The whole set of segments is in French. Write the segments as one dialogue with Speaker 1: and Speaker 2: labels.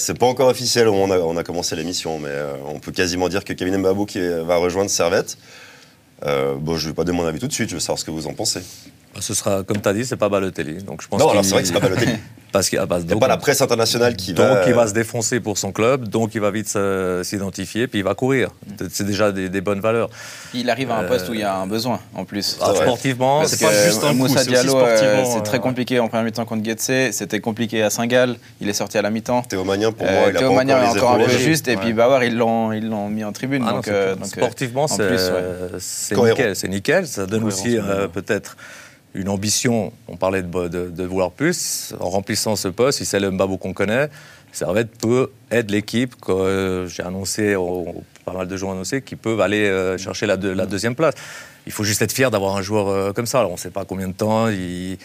Speaker 1: C'est pas encore officiel au moment où on a, on a commencé l'émission, mais euh, on peut quasiment dire que Kevin Mbabou qui va rejoindre Servette. Euh, bon, je vais pas donner mon avis tout de suite, je veux savoir ce que vous en pensez.
Speaker 2: Bah, Ce sera, comme tu as dit, c'est pas Balotelli. Donc, je pense
Speaker 1: non,
Speaker 2: qu'il-
Speaker 1: alors c'est vrai que c'est pas Balotelli.
Speaker 2: Parce qu'il ah, bah,
Speaker 1: Il n'y a
Speaker 2: donc,
Speaker 1: pas la presse internationale qui
Speaker 2: donc,
Speaker 1: va.
Speaker 2: il va se défoncer pour son club, donc il va vite euh, s'identifier, puis il va courir. C'est déjà des, des bonnes valeurs.
Speaker 3: Il arrive à un poste
Speaker 2: Euh,
Speaker 3: où il y a un besoin en plus.
Speaker 2: Ah,
Speaker 1: vrai.
Speaker 2: sportivement,
Speaker 3: Parce
Speaker 2: c'est
Speaker 3: que
Speaker 2: pas juste un coup,
Speaker 3: Moussa
Speaker 2: c'est aussi
Speaker 3: Diallo, euh,
Speaker 2: sportivement,
Speaker 3: c'est
Speaker 2: euh,
Speaker 3: très compliqué en premier mi-temps contre Getse, c'était compliqué à Saint-Gall, il est sorti à la mi-temps.
Speaker 1: Théo Magnin, pour
Speaker 3: Euh,
Speaker 1: moi, il a
Speaker 3: Théo
Speaker 1: pas
Speaker 3: Magnan est
Speaker 1: encore les
Speaker 3: encore un peu
Speaker 1: épaules.
Speaker 3: juste, et
Speaker 4: Ouais.
Speaker 3: puis Bawar, ils l'ont ils l'ont mis en tribune.
Speaker 2: Ah non,
Speaker 3: donc,
Speaker 2: c'est
Speaker 3: euh,
Speaker 2: clair.
Speaker 3: donc, euh,
Speaker 2: sportivement,
Speaker 3: en
Speaker 2: c'est
Speaker 3: plus, ouais.
Speaker 2: euh, c'est
Speaker 1: Cohérent.
Speaker 2: nickel, c'est nickel. Ça donne
Speaker 4: Cohérent,
Speaker 2: aussi
Speaker 4: c'est bien.
Speaker 2: euh, peut-être une ambition. On parlait de, bo- de, de vouloir plus. En remplissant ce poste, si c'est le Mbabo qu'on connaît, Servette peut être l'équipe que euh, j'ai annoncé, au- pas mal de gens ont annoncé, qui peuvent aller euh, chercher la, deux- la deuxième place. Il faut juste être fier d'avoir un joueur euh, comme ça. Alors, on ne sait pas combien de temps. Il...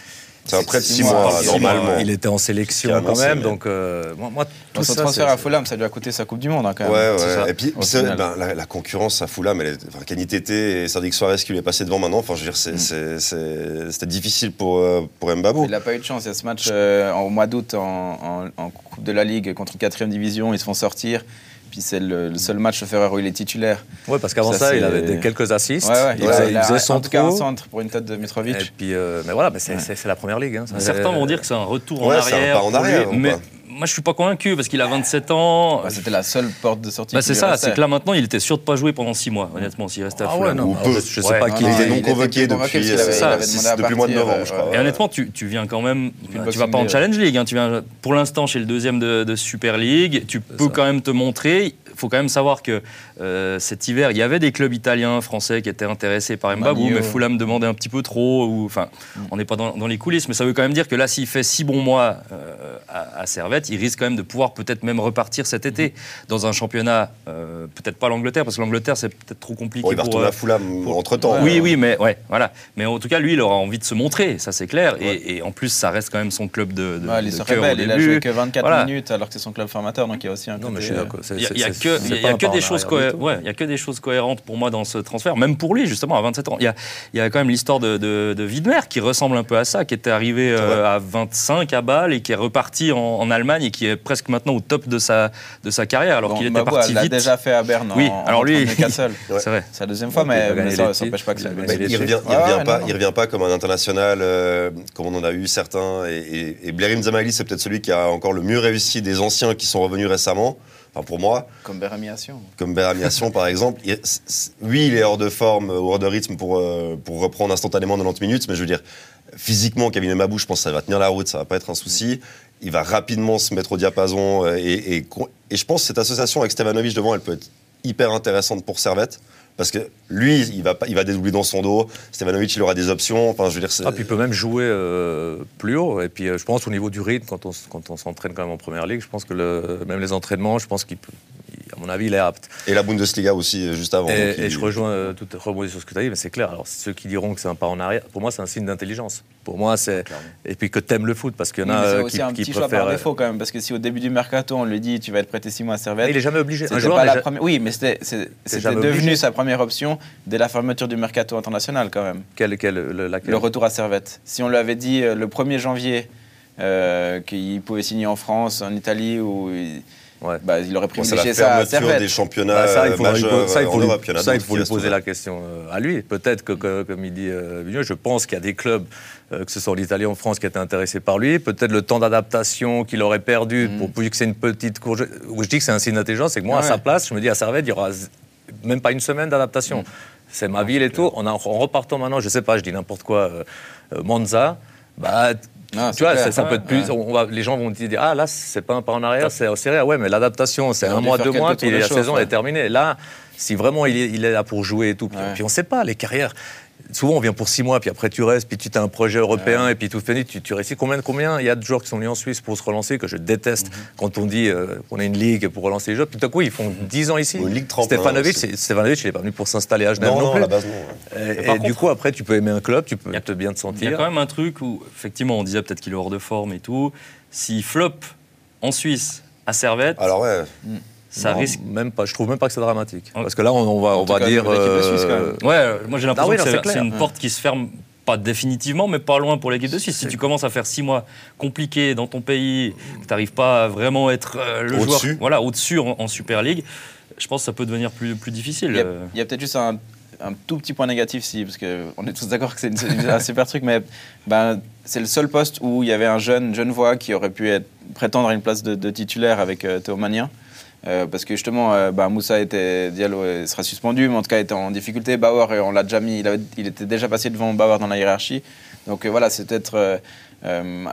Speaker 1: C'est un prêt de
Speaker 3: Six
Speaker 1: six
Speaker 3: mois,
Speaker 1: mois,
Speaker 3: six mois,
Speaker 1: normalement.
Speaker 2: Il était en sélection
Speaker 1: C'est
Speaker 2: quand
Speaker 1: annoncé,
Speaker 2: même.
Speaker 1: mais-
Speaker 2: Donc, euh, moi, moi, tout
Speaker 3: son
Speaker 2: ça,
Speaker 3: transfert
Speaker 2: c'est-
Speaker 3: à Fulham, ça lui a coûté sa Coupe du Monde hein, quand même.
Speaker 1: Ouais,
Speaker 3: C'est
Speaker 1: ouais.
Speaker 3: ça,
Speaker 1: Et puis,
Speaker 3: au
Speaker 1: puis ça,
Speaker 3: final.
Speaker 1: ben, la, la concurrence à Fulham, elle est, enfin, Kenny Tété et Sadik Suarez qui lui est passé devant maintenant, enfin, je veux dire, c'est- c'est- c'est- c'était difficile pour, euh, pour Mbabou.
Speaker 3: Il n'a pas eu de chance. Il y a ce match euh, en au mois d'août en, en- en Coupe de la Ligue contre une quatrième division. Ils se font sortir. Puis c'est le, le seul match, Ferrer, où il est titulaire.
Speaker 2: Ouais, parce qu'avant
Speaker 3: Ça,
Speaker 2: ça, il
Speaker 3: c'est-
Speaker 2: avait des- quelques assists.
Speaker 3: Ouais, ouais,
Speaker 2: il, faisait, il
Speaker 3: a-
Speaker 2: faisait
Speaker 3: en
Speaker 2: son
Speaker 3: tout cas un
Speaker 2: trou.
Speaker 3: centre pour une tête de
Speaker 2: Et
Speaker 3: Mitrovic.
Speaker 2: puis, euh, mais voilà, mais c'est c'est- c'est la première ligue. hein. Ça,
Speaker 4: Certains
Speaker 2: c'est-
Speaker 4: vont dire que c'est un retour
Speaker 1: Euh, Ouais,
Speaker 4: en
Speaker 1: c'est un
Speaker 4: arrière.
Speaker 1: pas en
Speaker 4: pour lui,
Speaker 1: arrière, ou
Speaker 4: mais
Speaker 1: pas
Speaker 4: moi, je suis pas convaincu parce qu'il a 27 ans.
Speaker 3: Bah, C'était la seule porte de sortie.
Speaker 4: Bah,
Speaker 3: qui
Speaker 4: c'est
Speaker 3: lui
Speaker 4: ça,
Speaker 3: restait.
Speaker 4: c'est que là maintenant, il était sûr de pas jouer pendant 6 mois, honnêtement, s'il restait à
Speaker 2: Ah ouais,
Speaker 4: Fulham.
Speaker 2: non,
Speaker 1: Ou
Speaker 2: alors,
Speaker 1: peu.
Speaker 2: je, je
Speaker 4: Ouais,
Speaker 2: sais pas
Speaker 4: non,
Speaker 2: qui
Speaker 3: non,
Speaker 1: il
Speaker 2: est.
Speaker 1: était
Speaker 3: il
Speaker 1: non
Speaker 3: était plus
Speaker 1: convoqué
Speaker 3: convoqué
Speaker 1: depuis,
Speaker 3: parce qu'il
Speaker 1: euh,
Speaker 4: avait- il avait
Speaker 1: six-
Speaker 3: demandé à
Speaker 1: depuis le mois de
Speaker 3: partir,
Speaker 1: novembre,
Speaker 3: euh,
Speaker 1: je crois.
Speaker 4: Et honnêtement, tu, tu viens quand même.
Speaker 3: Depuis le
Speaker 4: Tu vas
Speaker 3: Boxing
Speaker 4: pas en
Speaker 3: Day,
Speaker 4: Challenge League. hein, tu viens pour l'instant chez le deuxième de, de Super League. Tu peux
Speaker 2: ça.
Speaker 4: quand même te montrer. Il faut quand même savoir que euh, cet hiver, il y avait des clubs italiens, français qui étaient intéressés par Mbappé,
Speaker 3: Manio.
Speaker 4: mais Fulham demandait un petit peu trop. Ou, enfin, on n'est pas dans, dans les coulisses, mais ça veut quand même dire que là, s'il fait six bons mois euh, à, à Servette, il risque quand même de pouvoir peut-être même repartir cet été dans un championnat, euh, peut-être pas l'Angleterre, parce que l'Angleterre, c'est peut-être trop compliqué
Speaker 1: Bon, il va
Speaker 4: pour.
Speaker 1: retourner
Speaker 4: euh,
Speaker 1: à Fulham
Speaker 4: pour-
Speaker 1: entre temps.
Speaker 4: oui, oui, mais ouais, voilà. Mais en tout cas, lui, il aura envie de se montrer, ça c'est clair. Et- Et, en plus, ça reste quand même son club de, de,
Speaker 3: Ouais, il
Speaker 4: de
Speaker 3: se
Speaker 4: cœur au
Speaker 3: rebelle, il a
Speaker 4: début.
Speaker 3: joué que 24
Speaker 4: Voilà.
Speaker 3: minutes alors que c'est son club formateur, donc il y a aussi un
Speaker 2: Non, mais
Speaker 3: côté,
Speaker 2: je suis
Speaker 3: euh,
Speaker 2: d'accord. c'est-
Speaker 4: Il y a- il y a,
Speaker 2: c'est- c'est-
Speaker 4: que,
Speaker 2: c'est
Speaker 4: il y a-
Speaker 2: pas
Speaker 4: il y a
Speaker 2: un
Speaker 4: que
Speaker 2: pas en
Speaker 4: des choses
Speaker 2: arrière
Speaker 4: cohé-
Speaker 2: du tout.
Speaker 4: ouais, il y a que des choses cohérentes pour moi dans ce transfert, même pour lui justement à 27 ans. Il y a, il y a quand même l'histoire de, de, de Widmer qui ressemble un peu à ça, qui était arrivé euh, à 25 à Bâle et qui est reparti en, en Allemagne et qui est presque maintenant au top de sa, de sa carrière alors
Speaker 3: Bon,
Speaker 4: qu'il était
Speaker 3: Mbappo
Speaker 4: parti
Speaker 3: l'a
Speaker 4: vite.
Speaker 3: déjà fait à Berne.
Speaker 4: Oui,
Speaker 3: en,
Speaker 4: alors
Speaker 3: en
Speaker 4: lui-
Speaker 3: Newcastle.
Speaker 1: Ouais.
Speaker 4: C'est vrai.
Speaker 3: C'est la deuxième fois,
Speaker 2: Il
Speaker 3: mais,
Speaker 2: va gagner
Speaker 3: mais ça
Speaker 2: les
Speaker 3: ça n'empêche
Speaker 2: titres,
Speaker 3: pas que c'est
Speaker 2: il va
Speaker 3: le
Speaker 1: Mais
Speaker 2: gagner
Speaker 3: meilleur.
Speaker 2: les
Speaker 1: il revient, il
Speaker 3: Ouais,
Speaker 1: revient
Speaker 3: ouais,
Speaker 4: Ah,
Speaker 1: pas,
Speaker 3: non, non.
Speaker 1: il revient pas comme un international, euh, comme on en a eu certains. Et, et, et Blairim Zamaili, c'est peut-être celui qui a encore le mieux réussi des anciens qui sont revenus récemment. Enfin, pour moi,
Speaker 3: Comme Beramiation.
Speaker 1: comme Beramiation par exemple, il- c- c- oui, il est hors de forme, euh, hors de rythme pour, euh, pour reprendre instantanément 90 minutes, mais je veux dire, physiquement, Kevin Mabou, je pense que ça va tenir la route, ça va pas être un souci. Il va rapidement se mettre au diapason euh, et, et, con- et je pense que cette association avec Stevanovic devant, elle peut être hyper intéressante pour Servette. Parce que lui, il va, pas- il va dédoubler dans son dos. Stevanovic, il aura des options. Enfin, je veux dire, c'est-
Speaker 2: Ah, puis il peut même jouer euh, plus haut. Et puis euh, je pense au niveau du rythme, quand on, s- quand on s'entraîne quand même en première ligue, je pense que le- même les entraînements, je pense qu'il peut. il- À mon avis, il est apte.
Speaker 1: et la Bundesliga aussi, euh, juste avant.
Speaker 2: et,
Speaker 1: Donc, il-
Speaker 2: et je rejoins euh, tout rebondis sur ce que tu as dit, mais c'est clair. Alors ceux qui diront que c'est un pas en arrière, pour moi, c'est un signe d'intelligence. Pour moi,
Speaker 4: Ah,
Speaker 2: c'est et puis que t'aimes le foot parce qu'il y en a
Speaker 3: c'est
Speaker 2: euh,
Speaker 3: aussi
Speaker 2: qui,
Speaker 3: un
Speaker 2: qui
Speaker 3: petit choix
Speaker 2: préfèrent.
Speaker 3: par
Speaker 2: euh,
Speaker 3: défaut quand même, parce que si au début du mercato on lui dit tu vas être prêté 6 mois à Servette,
Speaker 2: il est jamais obligé.
Speaker 3: c'était
Speaker 2: Un joueur
Speaker 3: pas
Speaker 2: n'est
Speaker 3: la
Speaker 2: ja-
Speaker 3: première- Oui, mais c'était c'est- c'était
Speaker 2: jamais
Speaker 3: devenu
Speaker 2: obligé.
Speaker 3: sa première option dès la fermeture du mercato international quand même.
Speaker 2: Quel, quel- le- laquelle
Speaker 3: Le retour à Servette. Si on lui avait dit euh, le 1er janvier euh, qu'il pouvait signer en France, en Italie, ou il,
Speaker 2: Ouais.
Speaker 3: bah, il aurait
Speaker 1: Bon, c'est
Speaker 3: privilégié
Speaker 1: la
Speaker 3: ça à
Speaker 1: fermeture
Speaker 3: Servette.
Speaker 1: des championnats
Speaker 2: Bah, ça, il
Speaker 1: euh,
Speaker 2: faudra lui,
Speaker 1: majeurs
Speaker 2: po- ça, il
Speaker 1: euh,
Speaker 2: faut
Speaker 1: en
Speaker 2: lui-
Speaker 1: Europe. Il y en a
Speaker 2: ça, il
Speaker 1: d'autres
Speaker 2: faut
Speaker 1: qui
Speaker 2: lui
Speaker 1: restent
Speaker 2: poser
Speaker 1: ouverts.
Speaker 2: la question euh, à lui. Peut-être que, que- comme il dit euh, Vigneux, je pense qu'il y a des clubs, euh, que ce soit l'Italie ou en France, qui étaient intéressés par lui. Peut-être le temps d'adaptation qu'il aurait perdu,
Speaker 1: Mm.
Speaker 2: pour, vu que c'est une petite courge. Où je dis que c'est un signe d'intelligence, c'est que moi,
Speaker 1: Ah
Speaker 3: Ouais.
Speaker 2: à sa place, je me dis à Servette, il y aura z- même pas une semaine d'adaptation.
Speaker 1: Mm.
Speaker 2: C'est
Speaker 1: Ah,
Speaker 2: ma ville et tout. En, en repartant maintenant, je sais pas, je dis n'importe quoi, euh, euh, Monza, bah.
Speaker 3: Ah, c'est
Speaker 2: tu vois,
Speaker 3: clair.
Speaker 2: ça, ça peut être plus.
Speaker 3: Ouais.
Speaker 2: on va- les gens vont te dire Ah, là, c'est pas un pas en arrière, c'est en série. Ah Ouais, mais l'adaptation, c'est
Speaker 3: Il aurait
Speaker 2: un
Speaker 3: dû
Speaker 2: mois,
Speaker 3: faire
Speaker 2: deux
Speaker 3: quelques
Speaker 2: mois,
Speaker 3: tours
Speaker 2: puis
Speaker 3: de
Speaker 2: la
Speaker 3: chauffe,
Speaker 2: saison
Speaker 3: ouais.
Speaker 2: est terminée. Là, si vraiment il est, il est là pour jouer et tout, puis,
Speaker 3: Ouais.
Speaker 2: puis on ne sait pas, les carrières. Souvent, on vient pour six mois, puis après tu restes, puis tu as un projet européen, et puis tout finit, tu, tu réussis. Combien, combien il y a de joueurs qui sont venus en Suisse pour se relancer, que je déteste quand on dit euh, qu'on a une ligue pour relancer les joueurs, puis tout à coup, ils font dix ans ici.
Speaker 1: Ou une ligue tremplin,
Speaker 2: Stefanovic,
Speaker 1: aussi.
Speaker 2: c'est- Stefanovic, il n'est pas venu pour s'installer à Genève
Speaker 1: Non,
Speaker 2: non,
Speaker 1: non, à
Speaker 2: plus.
Speaker 1: la base, non. ouais.
Speaker 2: Et,
Speaker 4: par
Speaker 2: et du coup, après, tu peux aimer un club, tu peux
Speaker 4: Il y a-
Speaker 2: te bien te
Speaker 4: Il y a
Speaker 2: sentir.
Speaker 4: quand même un truc où, effectivement, on disait peut-être qu'il est hors de forme et tout. S'il flop en Suisse à Servette,
Speaker 1: Alors, ouais.
Speaker 4: ça
Speaker 2: Non,
Speaker 4: risque.
Speaker 2: même pas, je trouve même pas que c'est dramatique.
Speaker 4: En-
Speaker 2: Parce que là, on, on va, on
Speaker 3: tout
Speaker 2: va
Speaker 3: cas,
Speaker 2: dire. euh,
Speaker 3: l'équipe de Suisse, quand même.
Speaker 4: Ouais, moi j'ai l'impression
Speaker 2: Ah oui,
Speaker 4: que
Speaker 2: non,
Speaker 4: c'est-
Speaker 2: c'est clair.
Speaker 4: c'est une porte qui se ferme pas définitivement, mais pas loin pour l'équipe de Suisse. Si tu commences à faire six mois compliqués dans ton pays, que tu n'arrives pas à vraiment être euh, le joueur
Speaker 1: Au-dessus.
Speaker 4: voilà, au-dessus en, en Super League, je pense que ça peut devenir plus, plus difficile.
Speaker 3: Il y a,
Speaker 4: Euh,
Speaker 3: il y a peut-être juste un, un tout petit point négatif, si, parce qu'on est tous d'accord que c'est une- un super truc, mais ben, c'est le seul poste où il y avait un jeune, jeune voix qui aurait pu être- prétendre à une place de, de titulaire avec euh, Théomania. Euh, parce que justement, euh, ben, Moussa était, Diallo euh, sera suspendu, mais en tout cas était en difficulté. Bauer, euh, on l'a déjà mis, il, avait- il était déjà passé devant Bauer dans la hiérarchie. Donc euh, voilà, c'est peut-être euh, euh,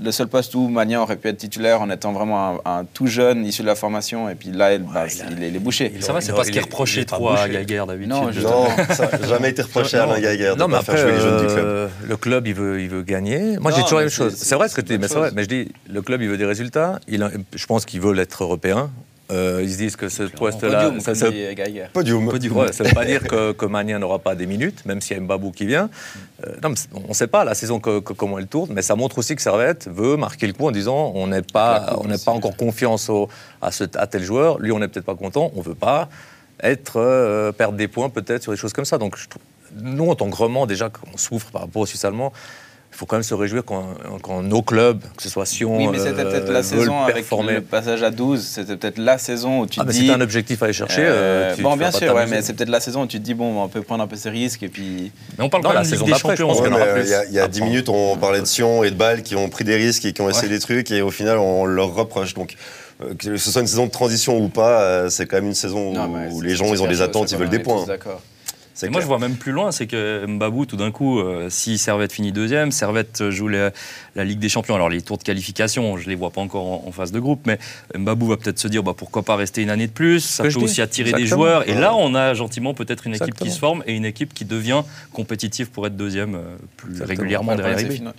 Speaker 3: le seul poste où Magnan aurait pu être titulaire en étant vraiment un, un tout jeune issu de la formation. Et puis là, il, ben,
Speaker 2: il a-
Speaker 3: il est- il est bouché.
Speaker 2: il
Speaker 4: ça va, c'est
Speaker 2: non,
Speaker 4: pas ce
Speaker 2: il
Speaker 4: qui est
Speaker 2: est- il
Speaker 4: reproché
Speaker 2: est pas
Speaker 4: trop à
Speaker 2: bouché.
Speaker 4: Gaguerre d'habitude.
Speaker 3: Non,
Speaker 4: de-
Speaker 1: Non, ça n'a jamais été reproché à Alain Geiger de
Speaker 2: Non, mais
Speaker 1: pas
Speaker 2: après,
Speaker 1: faire jouer les jeunes du club.
Speaker 2: euh, le club, il veut, il veut gagner. Moi,
Speaker 3: Non,
Speaker 2: j'ai toujours la
Speaker 3: mais
Speaker 2: même
Speaker 3: c'est-
Speaker 2: chose.
Speaker 3: c'est-
Speaker 2: C'est vrai ce que
Speaker 3: c'est
Speaker 2: tu dis,
Speaker 3: une
Speaker 2: mais
Speaker 3: bonne
Speaker 2: c'est vrai.
Speaker 3: chose.
Speaker 2: Mais je dis, le club, il veut des résultats. Il a- je pense qu'ils veulent être européens. Euh, ils se disent que ce poste-là,
Speaker 3: Podium,
Speaker 2: ça,
Speaker 3: comme
Speaker 2: ça,
Speaker 3: dit euh, Geiger.
Speaker 1: Podium.
Speaker 2: Ouais, ça ne veut pas dire que, que Magnin n'aura pas des minutes, même s'il y a Mbabou qui vient. Euh, non, mais c'est- on ne sait pas la saison que- que- comment elle tourne, mais ça montre aussi que Servette veut marquer le coup en disant on n'est
Speaker 3: La
Speaker 2: pas,
Speaker 3: coupe
Speaker 2: on n'est
Speaker 3: aussi.
Speaker 2: pas encore confiance au- à, ce- à tel joueur, lui on n'est peut-être pas content, on ne veut pas être, euh, perdre des points peut-être sur des choses comme ça. Donc je trouve- nous, en tant que Romans, déjà qu'on souffre par rapport aux Suisse allemands, il faut quand même se réjouir quand, quand nos clubs, que ce soit Sion,
Speaker 3: Oui, mais c'était
Speaker 2: euh,
Speaker 3: peut-être la
Speaker 2: veulent
Speaker 3: saison avec
Speaker 2: performer.
Speaker 3: le passage à 12, c'était peut-être la saison où tu
Speaker 2: Ah,
Speaker 3: te
Speaker 2: mais
Speaker 3: dis.
Speaker 2: c'est un objectif à aller chercher.
Speaker 3: euh,
Speaker 2: euh, tu-
Speaker 3: bon,
Speaker 2: tu
Speaker 3: bien
Speaker 2: vas pas
Speaker 3: sûr, ouais,
Speaker 2: t'amuser.
Speaker 3: mais c'est peut-être la saison où tu te dis, bon, on peut prendre un peu ses risques et puis.
Speaker 4: Mais
Speaker 2: Non,
Speaker 4: on parle pas de
Speaker 2: la
Speaker 4: la Ligue
Speaker 2: saison
Speaker 4: des
Speaker 2: d'après, je
Speaker 4: Champions.
Speaker 2: pense
Speaker 1: Ouais,
Speaker 2: qu'il y en
Speaker 1: mais,
Speaker 2: aura
Speaker 1: euh,
Speaker 2: plus.
Speaker 1: Il y a, il y a
Speaker 2: à
Speaker 1: 10
Speaker 2: prendre.
Speaker 1: minutes, on parlait de Sion et de Bâle qui ont pris des risques et qui ont essayé
Speaker 4: Ouais.
Speaker 1: des trucs et au final, on leur reproche. Donc, euh, que ce soit une saison de transition ou pas, euh, c'est quand même une saison où,
Speaker 3: Non, mais c'est-
Speaker 1: les gens, ils ont
Speaker 3: c'est
Speaker 1: des
Speaker 3: clair,
Speaker 1: attentes,
Speaker 3: ça,
Speaker 1: ils veulent
Speaker 3: on
Speaker 1: des
Speaker 3: est tous
Speaker 1: points.
Speaker 3: D'accord.
Speaker 1: C'est
Speaker 4: Et moi,
Speaker 1: clair.
Speaker 4: je vois même plus loin, c'est que Mbabou, tout d'un coup, euh, si Servette finit deuxième, Servette joue la, la Ligue des Champions. Alors, les tours de qualification, je ne les vois pas encore en, en phase de groupe, mais Mbabou va peut-être se dire bah, pourquoi pas rester une année de plus Ça
Speaker 2: que
Speaker 4: peut
Speaker 2: je dis.
Speaker 4: aussi attirer des
Speaker 2: Exactement.
Speaker 4: joueurs. Et
Speaker 1: Ouais.
Speaker 4: là, on a gentiment peut-être une équipe qui
Speaker 2: Exactement.
Speaker 4: se forme et une équipe qui devient compétitive pour être deuxième euh, plus
Speaker 2: Exactement.
Speaker 4: régulièrement
Speaker 3: Enfin,
Speaker 1: Ah,
Speaker 3: le
Speaker 4: derrière
Speaker 3: problème, c'est
Speaker 4: RB.
Speaker 3: fina-